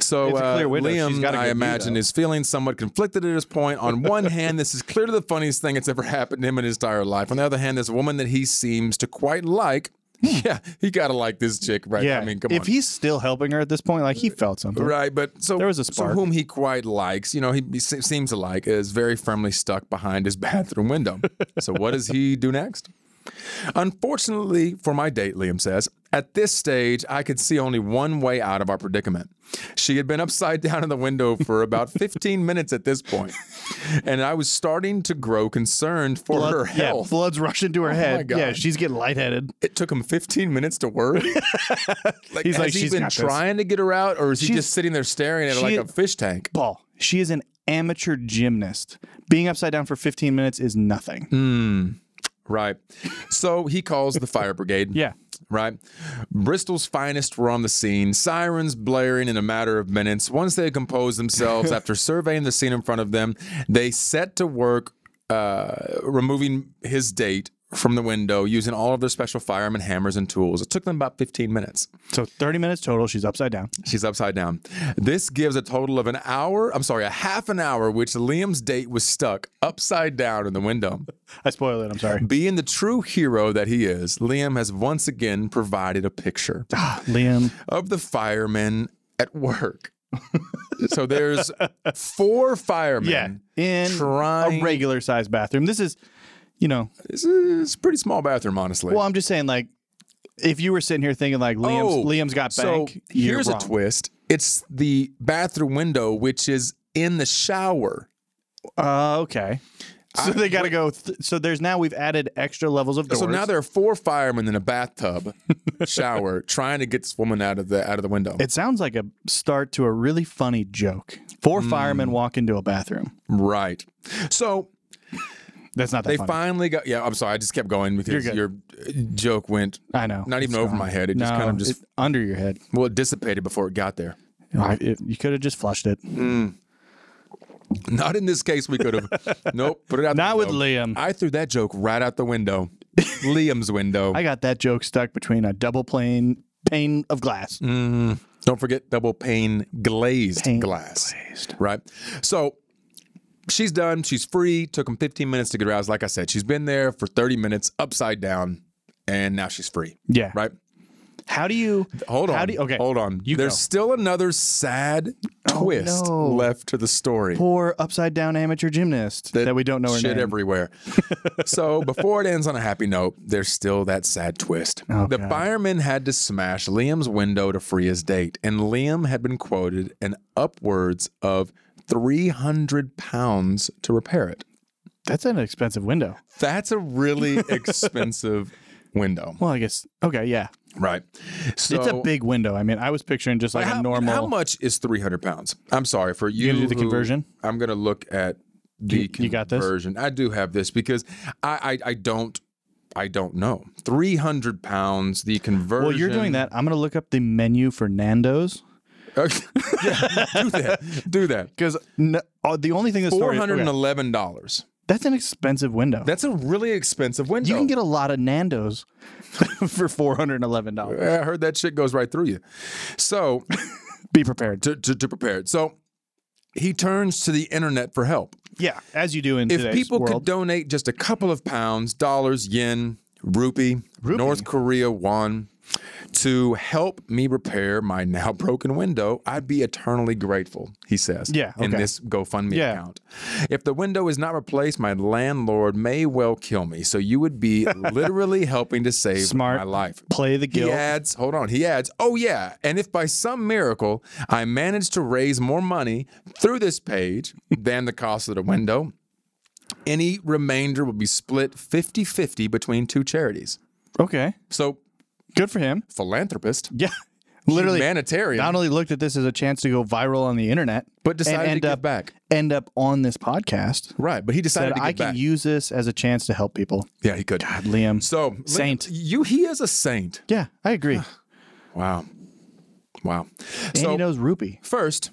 S1: So
S2: It's a clear
S1: uh,
S2: window. She's
S1: Liam,
S2: got a good
S1: I
S2: view,
S1: imagine,
S2: though.
S1: is feeling somewhat conflicted at this point. On one hand, this is clearly the funniest thing that's ever happened to him in his entire life. On the other hand, there's a woman that he seems to quite like. Yeah, he gotta like this chick, right?
S2: Hmm. Yeah.
S1: I mean, come on.
S2: if he's still helping her at this point, like he felt something.
S1: Right, but so
S2: There was a spark.
S1: So whom he quite likes, you know, he be- se- seems to like, is very firmly stuck behind his bathroom window. so what does he do next? Unfortunately for my date, Liam says, at this stage, I could see only one way out of our predicament. She had been upside down in the window for about 15 minutes at this point, and I was starting to grow concerned for her
S2: Blood, yeah,
S1: health. Oh
S2: blood's rushing to her head.
S1: God.
S2: Yeah, she's getting lightheaded.
S1: It took him 15 minutes to worry. like,
S2: He's
S1: has
S2: like,
S1: he
S2: "She's
S1: been
S2: got this."
S1: trying to get her out, or is he
S2: She's-
S1: just sitting there staring at her
S2: she-
S1: like a fish tank?
S2: Paul, she is an amateur gymnast. Being upside down for 15 minutes is nothing.
S1: Mm. Right. So he calls the fire brigade.
S2: Yeah.
S1: Right. Bristol's finest were on the scene, sirens blaring in a matter of minutes. Once they had composed themselves after surveying the scene in front of them, they set to work uh, removing his date from the window using all of their special fireman hammers and tools. It took them about 15 minutes.
S2: So 30 minutes total. She's upside down.
S1: She's upside down. This gives a total of an hour, I'm sorry, a half an hour, which Liam's date was stuck upside down in the window.
S2: I spoiled it. I'm sorry.
S1: Being the true hero that he is, Liam has once again provided a picture
S2: Liam.
S1: of the firemen at work. so there's four firemen.
S2: In
S1: Trying-
S2: a regular sized bathroom. This is, you know,
S1: This is a pretty small bathroom, honestly.
S2: well, I'm just saying, like, if you were sitting here thinking, like, Liam's,
S1: Oh,
S2: Liam's got
S1: So
S2: bank, you're
S1: here's
S2: wrong.
S1: a twist. It's the bathroom window, which is in the shower.
S2: Uh, okay. So they got to go. Th- so there's now we've added extra levels of doors.
S1: So now there are four firemen in a bathtub shower trying to get this woman out of the out of the window.
S2: it sounds like a start to a really
S1: Hmm.
S2: funny joke. Four firemen walk into a bathroom.
S1: Right. So
S2: That's not that
S1: They
S2: funny.
S1: finally got. Yeah, I'm sorry. I just kept going because
S2: You're good.
S1: your uh, joke went.
S2: I know.
S1: Not even
S2: It's
S1: over
S2: gone.
S1: my head. It just
S2: No,
S1: kind of just
S2: it- under your head.
S1: well, it dissipated before it got there.
S2: I- it- you could have just flushed it.
S1: Not in this case. We could have. nope. Put it out. the
S2: Not with
S1: window.
S2: Liam.
S1: I threw that joke right out the window. Liam's window.
S2: I got that joke stuck between a double plane pane of glass.
S1: Don't forget double pane glazed
S2: Pane
S1: glass. Right. So she's done. She's free. Took him 15 minutes to get aroused. Like I said, she's been there for 30 minutes upside down, and now she's free.
S2: Yeah.
S1: Right.
S2: How do you
S1: Hold on.
S2: How do you, okay.
S1: Hold on.
S2: You
S1: There's
S2: go. Oh,
S1: still another sad twist
S2: no.
S1: left to the story.
S2: Poor upside down amateur gymnast that, we don't know her
S1: shit
S2: name.
S1: everywhere. so before it ends on a happy note, there's still that sad twist. the
S2: God.
S1: fireman had to smash Liam's window to free his date, and Liam had been quoted an upwards of 300 pounds to repair it.
S2: That's an expensive window.
S1: That's a really expensive window,
S2: Well, I guess okay, yeah.
S1: right? So
S2: it's a big window. I mean, I was picturing just like
S1: how,
S2: a normal.
S1: How much is 300 pounds? I'm sorry for you.
S2: gonna do the
S1: who-
S2: conversion?
S1: I'm going to look at the
S2: you got this?
S1: conversion. I do have this because I, I I don't I don't know. 300 pounds. The conversion.
S2: well, you're doing that. I'm gonna look up the menu for Nando's
S1: Okay. yeah, do that. Do that.
S2: because no, oh, the only thing that's
S1: Four
S2: story.
S1: hundred and
S2: okay,
S1: eleven dollars.
S2: that's an expensive window.
S1: That's a really expensive window.
S2: you can get a lot of Nando's for four hundred and eleven dollars.
S1: I heard that shit goes right through you. So
S2: Be prepared.
S1: to, to, to prepare it. So he turns to the internet for help.
S2: Yeah, as you do in
S1: if
S2: today's
S1: people
S2: world.
S1: could donate just a couple of pounds, dollars, yen, rupee, North Korea won to help me repair my now broken window, I'd be eternally grateful, he says.
S2: Yeah,
S1: In
S2: okay.
S1: this GoFundMe
S2: Yeah.
S1: account. If the window is not replaced, my landlord may well kill me. So you would be literally helping to save
S2: Smart.
S1: my life.
S2: play the guilt.
S1: He adds, hold on, he adds, oh yeah, and if by some miracle I manage to raise more money through this page than the cost of the window, any remainder will be split 50 50 between two charities.
S2: Okay,
S1: So,
S2: good for him.
S1: philanthropist,
S2: Yeah, literally.
S1: humanitarian,
S2: Not only looked at this as a chance to go viral on the internet,
S1: but decided
S2: and end
S1: to give
S2: up
S1: back.
S2: end up on this podcast,
S1: Right, but he decided to
S2: said
S1: give
S2: I can
S1: back.
S2: use this as a chance to help people.
S1: yeah, he could.
S2: Liam.
S1: So, li-
S2: Saint.
S1: You, he is a saint.
S2: yeah, I agree.
S1: Wow. Wow.
S2: And he knows Rupee.
S1: First,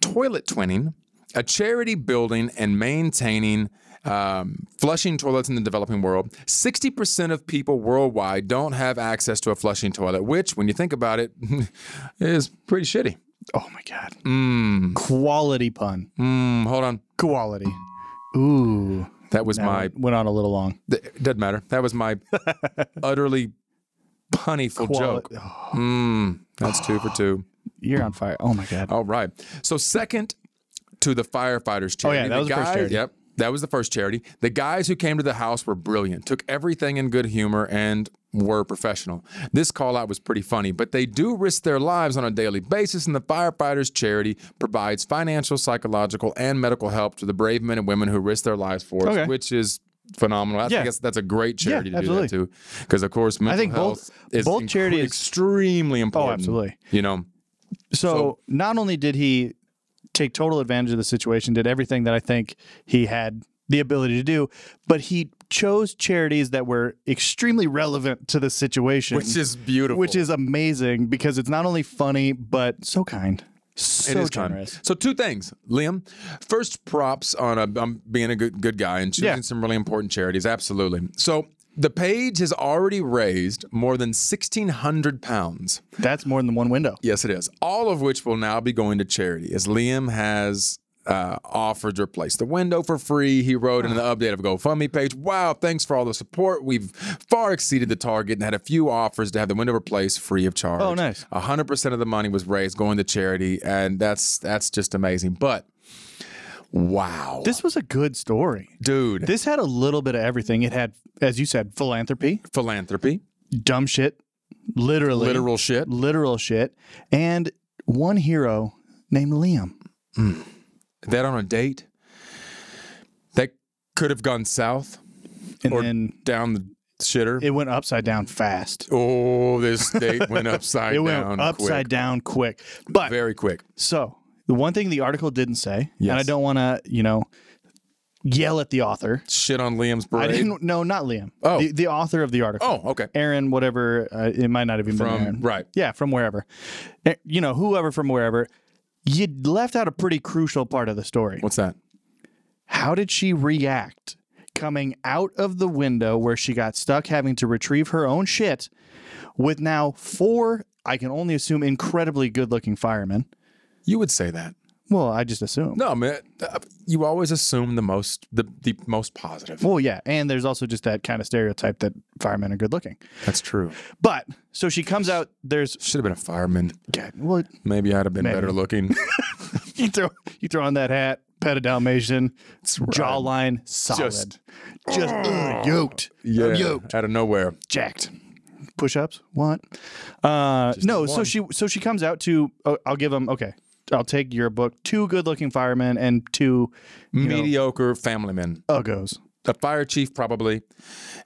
S1: toilet twinning, a charity building and maintaining um, flushing toilets in the developing world. 60% of people worldwide don't have access to a flushing toilet, which, when you think about it, is pretty shitty.
S2: Oh my god. Quality pun.
S1: Mm, hold on.
S2: Quality. Ooh.
S1: That was my,
S2: That went on a little long.
S1: th- it doesn't matter. That was my utterly punnyful
S2: Quali- oh,
S1: joke. Mm, that's two for two.
S2: You're on fire. Oh my god.
S1: All right. So second to the firefighters charity.
S2: Oh, yeah, that was the first
S1: guy-
S2: charity.
S1: Yep. That was the first charity. The guys who came to the house were brilliant, took everything in good humor and were professional. This call out was pretty funny, but they do risk their lives on a daily basis, and the Firefighters Charity provides financial, psychological, and medical help to the brave men and women who risk their lives for us,
S2: Okay.
S1: which is phenomenal. I
S2: Yeah.
S1: think that's, that's a great charity to do
S2: absolutely.
S1: that too. Because, of course, mental
S2: think both-
S1: health is
S2: both
S1: incre-
S2: charities- Oh,
S1: extremely important.
S2: absolutely.
S1: You know,
S2: So, not only did he take total advantage of the situation, did everything that I think he had the ability to do, but he chose charities that were extremely relevant to the situation,
S1: which is beautiful.
S2: which is amazing because it's not only funny but so kind, so
S1: time.
S2: generous.
S1: So two things, Liam. First, props on a, um, being a good good guy and choosing
S2: Yeah.
S1: some really important charities. Absolutely. So the page has already raised more than sixteen hundred pounds.
S2: That's more than one window.
S1: Yes, it is. All of which will now be going to charity, as Liam has. Uh, offered to replace the window for free. He wrote in the
S2: Ah.
S1: update of GoFundMe page, Wow, thanks for all the support. We've far exceeded the target and had a few offers to have the window replaced free of charge.
S2: Oh, nice.
S1: 100% of the money was raised going to charity, and that's that's just amazing. But wow,
S2: This was a good story.
S1: dude,
S2: This had a little bit of everything. It had, as you said, philanthropy,
S1: philanthropy,
S2: dumb shit, literally,
S1: literal shit.
S2: literal shit, and one hero named Liam.
S1: That on a date that could have gone south
S2: And
S1: Or-
S2: then
S1: down the shitter.
S2: it went upside down fast.
S1: oh, this date went upside
S2: It
S1: down.
S2: went upside
S1: quick.
S2: down quick. But
S1: very quick.
S2: so the one thing the article didn't say, and I
S1: Yes.
S2: don't want to, you know, yell at the author.
S1: Shit on Liam's
S2: I
S1: braid.
S2: didn't. No, not Liam.
S1: Oh.
S2: the, the author of the article.
S1: Oh, okay.
S2: Aaron, whatever. Uh, it might not have even been
S1: From
S2: Aaron.
S1: right.
S2: Yeah, from wherever. Eh, You know, whoever from wherever. You left out a pretty crucial part of the story.
S1: What's that?
S2: How did she react coming out of the window where she got stuck having to retrieve her own shit with now four, I can only assume, incredibly good looking firemen?
S1: You would say that.
S2: Well, I just assume.
S1: No, man. uh, You always assume the most the, the most positive.
S2: Well, yeah. And there's also just that kind of stereotype that firemen are good looking.
S1: That's true.
S2: But so she comes out, there's,
S1: Should have been a fireman.
S2: God, well,
S1: Maybe I'd have been better looking.
S2: you throw, you throw on that hat, pet a Dalmatian,
S1: right.
S2: jawline solid. Just, ugh, yoked. I'm yoked.
S1: Out of nowhere.
S2: jacked. Push ups? What? Uh, no.
S1: the
S2: So
S1: one.
S2: she so she comes out to. Oh, I'll give them. Okay, I'll take your book. Two good looking firemen and two
S1: Mediocre family man.
S2: uggos.
S1: A fire chief probably.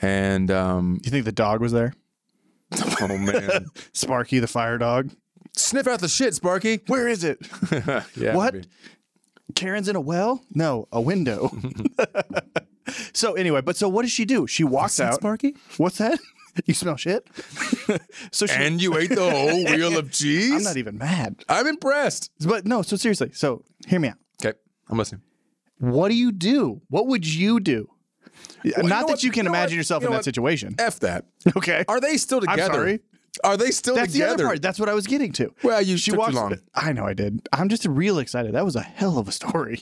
S1: And um
S2: You think the dog was there?
S1: oh man.
S2: Sparky the fire dog.
S1: Sniff out the shit, Sparky.
S2: Where is it?
S1: Yeah,
S2: What?
S1: maybe.
S2: Karen's in a well? No, a window. so anyway, but so what does she do? She walks out.
S1: Sparky?
S2: What's that? you smell shit? so she.
S1: And you ate the whole wheel of cheese?
S2: I'm not even mad.
S1: I'm impressed.
S2: But no. So seriously. So hear me out.
S1: Okay, I'm listening.
S2: what do you do? What would you do?
S1: you know
S2: Not that
S1: what?
S2: you can
S1: You know what?
S2: imagine yourself
S1: You
S2: in
S1: know
S2: that
S1: what? Eh,
S2: situation.
S1: F that.
S2: Okay.
S1: Are they still together?
S2: sorry.
S1: Are they still
S2: That's the
S1: together?
S2: other part. That's what I was getting to.
S1: Well, you took too long.
S2: I know I did. I'm just real excited. That was a hell of a story.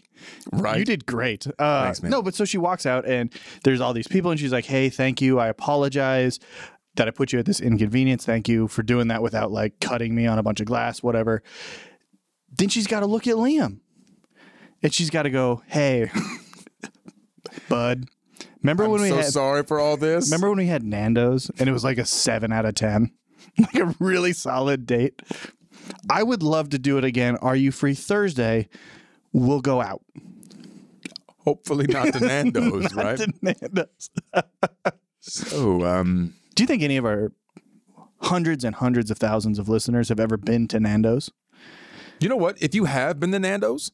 S1: Right.
S2: You did great. Uh,
S1: Thanks, man.
S2: No, but so she walks out and there's all these people and she's like, hey, thank you. I apologize that I put you at this inconvenience. Thank you for doing that without like cutting me on a bunch of glass, whatever. Then she's got to look at Liam and she's got to go, hey, bud, remember when
S1: I'm
S2: we
S1: so
S2: had.
S1: sorry for all this.
S2: Remember when we had Nando's and it was like a seven out of 10? Like a really solid date. I would love to do it again. Are you free Thursday? We'll go out.
S1: Hopefully not to Nando's, right?
S2: to Nando's.
S1: So, um,
S2: Do you think any of our hundreds and hundreds of thousands of listeners have ever been to Nando's?
S1: you know what? If you have been to Nando's,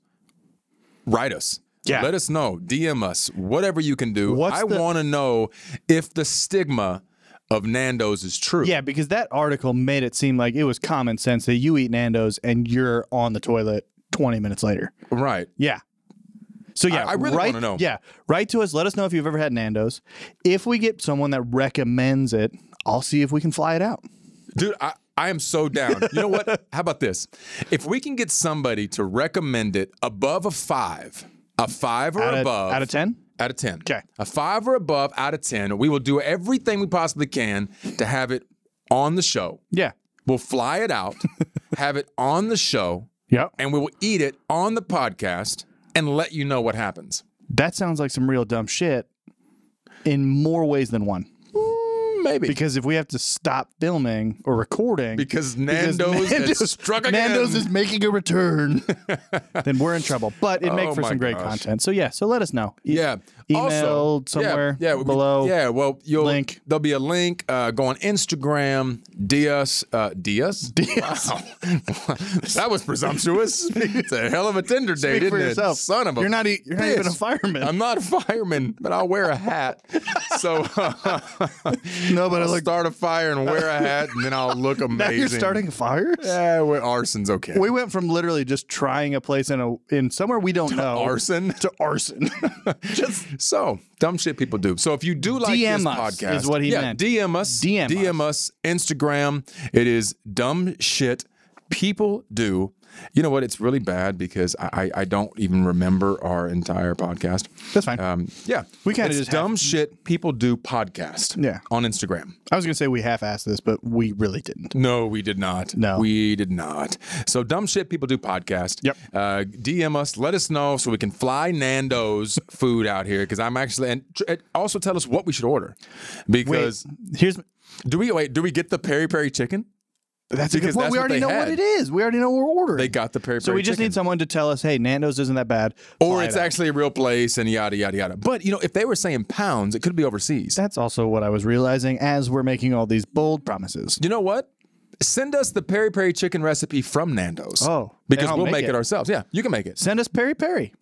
S1: write us.
S2: Yeah.
S1: Let us know. DM us. Whatever you can do.
S2: What's
S1: I
S2: the-
S1: want to know if the stigma of Nando's is true.
S2: Yeah, because that article made it seem like it was common sense that you eat Nando's and you're on the toilet 20 minutes later.
S1: Right.
S2: Yeah. So yeah,
S1: I- I really
S2: write-
S1: wanna know.
S2: Yeah, write to us. Let us know if you've ever had Nando's. If we get someone that recommends it, I'll see if we can fly it out.
S1: Dude, I, I am so down. You know what? How about this? If we can get somebody to recommend it above a five, a five or
S2: Out of,
S1: above,
S2: out of ten.
S1: out of 10.
S2: Okay.
S1: A five or above out of 10. We will do everything we possibly can to have it on the show.
S2: Yeah.
S1: We'll fly it out, have it on the show,
S2: Yep.
S1: and we will eat it on the podcast and let you know what happens.
S2: That sounds like some real dumb shit in more ways than one.
S1: Maybe. Because,
S2: Because if we have to stop filming or recording because
S1: Nando's, has struck again.
S2: Nando's is making a return, then we're in trouble. But it makes
S1: Oh
S2: for
S1: my
S2: some great
S1: gosh.
S2: content. So yeah, so let us know.
S1: yeah. also,
S2: Emailed somewhere
S1: yeah, yeah, we-
S2: below.
S1: Yeah, well, you'll
S2: Link.
S1: There'll be a link. Uh, go on Instagram. Dias. Uh, Dias. Dias. Wow. that was presumptuous. it's a hell of a Tinder date,
S2: Speak
S1: isn't
S2: for
S1: it?
S2: yourself.
S1: Son of a.
S2: You're not e- you're not even a
S1: bitch.
S2: fireman.
S1: I'm not a fireman, but I'll wear a hat. So uh,
S2: No, but I
S1: I'll
S2: look.
S1: start a fire and wear a hat, and then I'll look amazing.
S2: Now you're starting fires.
S1: Yeah, well, arson's okay.
S2: We went from literally just trying a place in a in somewhere we don't know
S1: arson.
S2: to arson. just
S1: So dumb shit people do. So if you do like
S2: DM
S1: this
S2: us
S1: podcast,
S2: is what he
S1: yeah,
S2: meant.
S1: DM us,
S2: DM
S1: DM us. Instagram. It is dumb shit people do. You know what? It's really bad because I I, I don't even remember our entire podcast.
S2: that's fine.
S1: Um, yeah,
S2: We kinda
S1: It's
S2: just
S1: dumb shit people do podcast.
S2: Yeah.
S1: on Instagram.
S2: I was gonna say we half-assed this, but we really didn't.
S1: No, we did not.
S2: No.
S1: we did not. So dumb shit people do podcast.
S2: Yep.
S1: Uh, DM us. Let us know so we can fly Nando's food out here because I'm actually and tr- and also tell us what we should order because
S2: here's
S1: do we wait? Do we get the peri peri chicken?
S2: that's a good
S1: Because
S2: point.
S1: that's
S2: We
S1: what
S2: already
S1: they
S2: know
S1: had.
S2: what it is. We already know what we're ordering.
S1: They got the peri peri.
S2: so we just need someone to tell us, hey, Nando's isn't that bad,
S1: Or
S2: Buy
S1: it's
S2: it out.
S1: actually a real place and yada yada yada. But you know, if they were saying pounds, it could be overseas.
S2: That's also what I was realizing as we're making all these bold promises.
S1: You know what? Send us the peri peri chicken recipe from Nando's.
S2: Oh, then
S1: because
S2: I'll
S1: we'll
S2: make
S1: make, it.
S2: it.
S1: ourselves. Yeah, you can make it.
S2: Send us peri peri.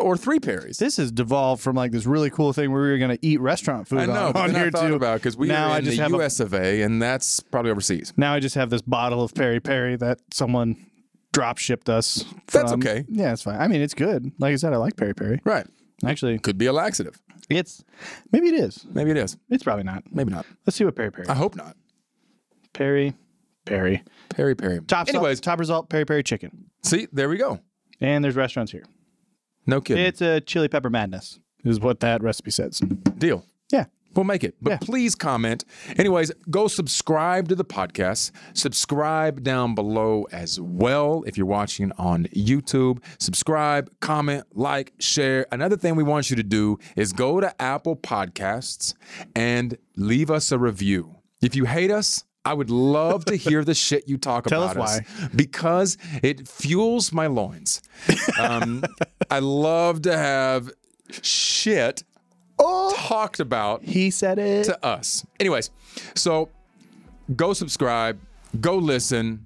S1: or three Perrys.
S2: This has devolved from like this really cool thing where we were going to eat restaurant food
S1: I know,
S2: on,
S1: but
S2: on
S1: then
S2: here
S1: I thought
S2: too.
S1: about because we
S2: now
S1: are
S2: I
S1: in
S2: just
S1: the
S2: have a-
S1: U.S. of A. and that's probably overseas.
S2: now I just have this bottle of Peri Peri that someone drop shipped us.
S1: That's
S2: from-
S1: okay.
S2: Yeah, it's fine. I mean, it's good. Like I said, I like Peri Peri.
S1: Right.
S2: Actually,
S1: Could be a laxative.
S2: it's maybe it is.
S1: Maybe it is.
S2: It's probably not.
S1: Maybe not.
S2: Let's see what Peri Peri.
S1: I hope not.
S2: Peri Peri.
S1: Perry Perry.
S2: Top.
S1: Anyways,
S2: top result Peri Peri chicken.
S1: see, there we go.
S2: And there's restaurants here.
S1: No kidding.
S2: It's a chili pepper madness, is what that recipe says.
S1: Deal.
S2: Yeah.
S1: We'll make it. But
S2: Yeah.
S1: please comment. Anyways, go subscribe to the podcast. Subscribe down below as well if you're watching on YouTube. Subscribe, comment, like, share. Another thing we want you to do is go to Apple Podcasts and leave us a review. If you hate us, I would love to hear the shit you talk
S2: Tell us
S1: about because it fuels my loins. Um, I love to have shit
S2: Oh.
S1: talked about
S2: He said it.
S1: to us. Anyways, so go subscribe, go listen,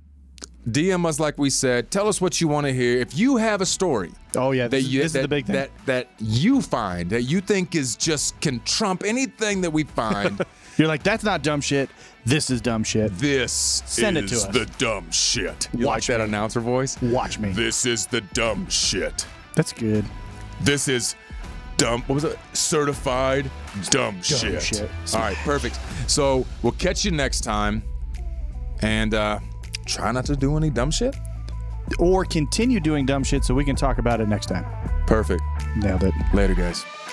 S1: DM us like we said. Tell us what you want to hear. If you have a story
S2: oh yeah,
S1: that
S2: this, is-
S1: you
S2: this
S1: that,
S2: is the big thing.
S1: that that you find that you think is just can trump anything that we find,
S2: You're like, that's not dumb shit. This is dumb shit.
S1: this
S2: Send it to
S3: is
S2: us.
S3: the dumb shit.
S1: you like
S2: Watch
S1: that
S2: me.
S1: announcer voice.
S2: Watch me.
S3: This is the dumb shit.
S2: That's good.
S3: This is dumb. What was it? Certified dumb, shit.
S2: shit.
S1: All right, perfect. So we'll catch you next time, and uh, try not to do any dumb shit.
S2: Or continue doing dumb shit so we can talk about it next time.
S1: Perfect.
S2: Nailed it.
S1: Later, guys.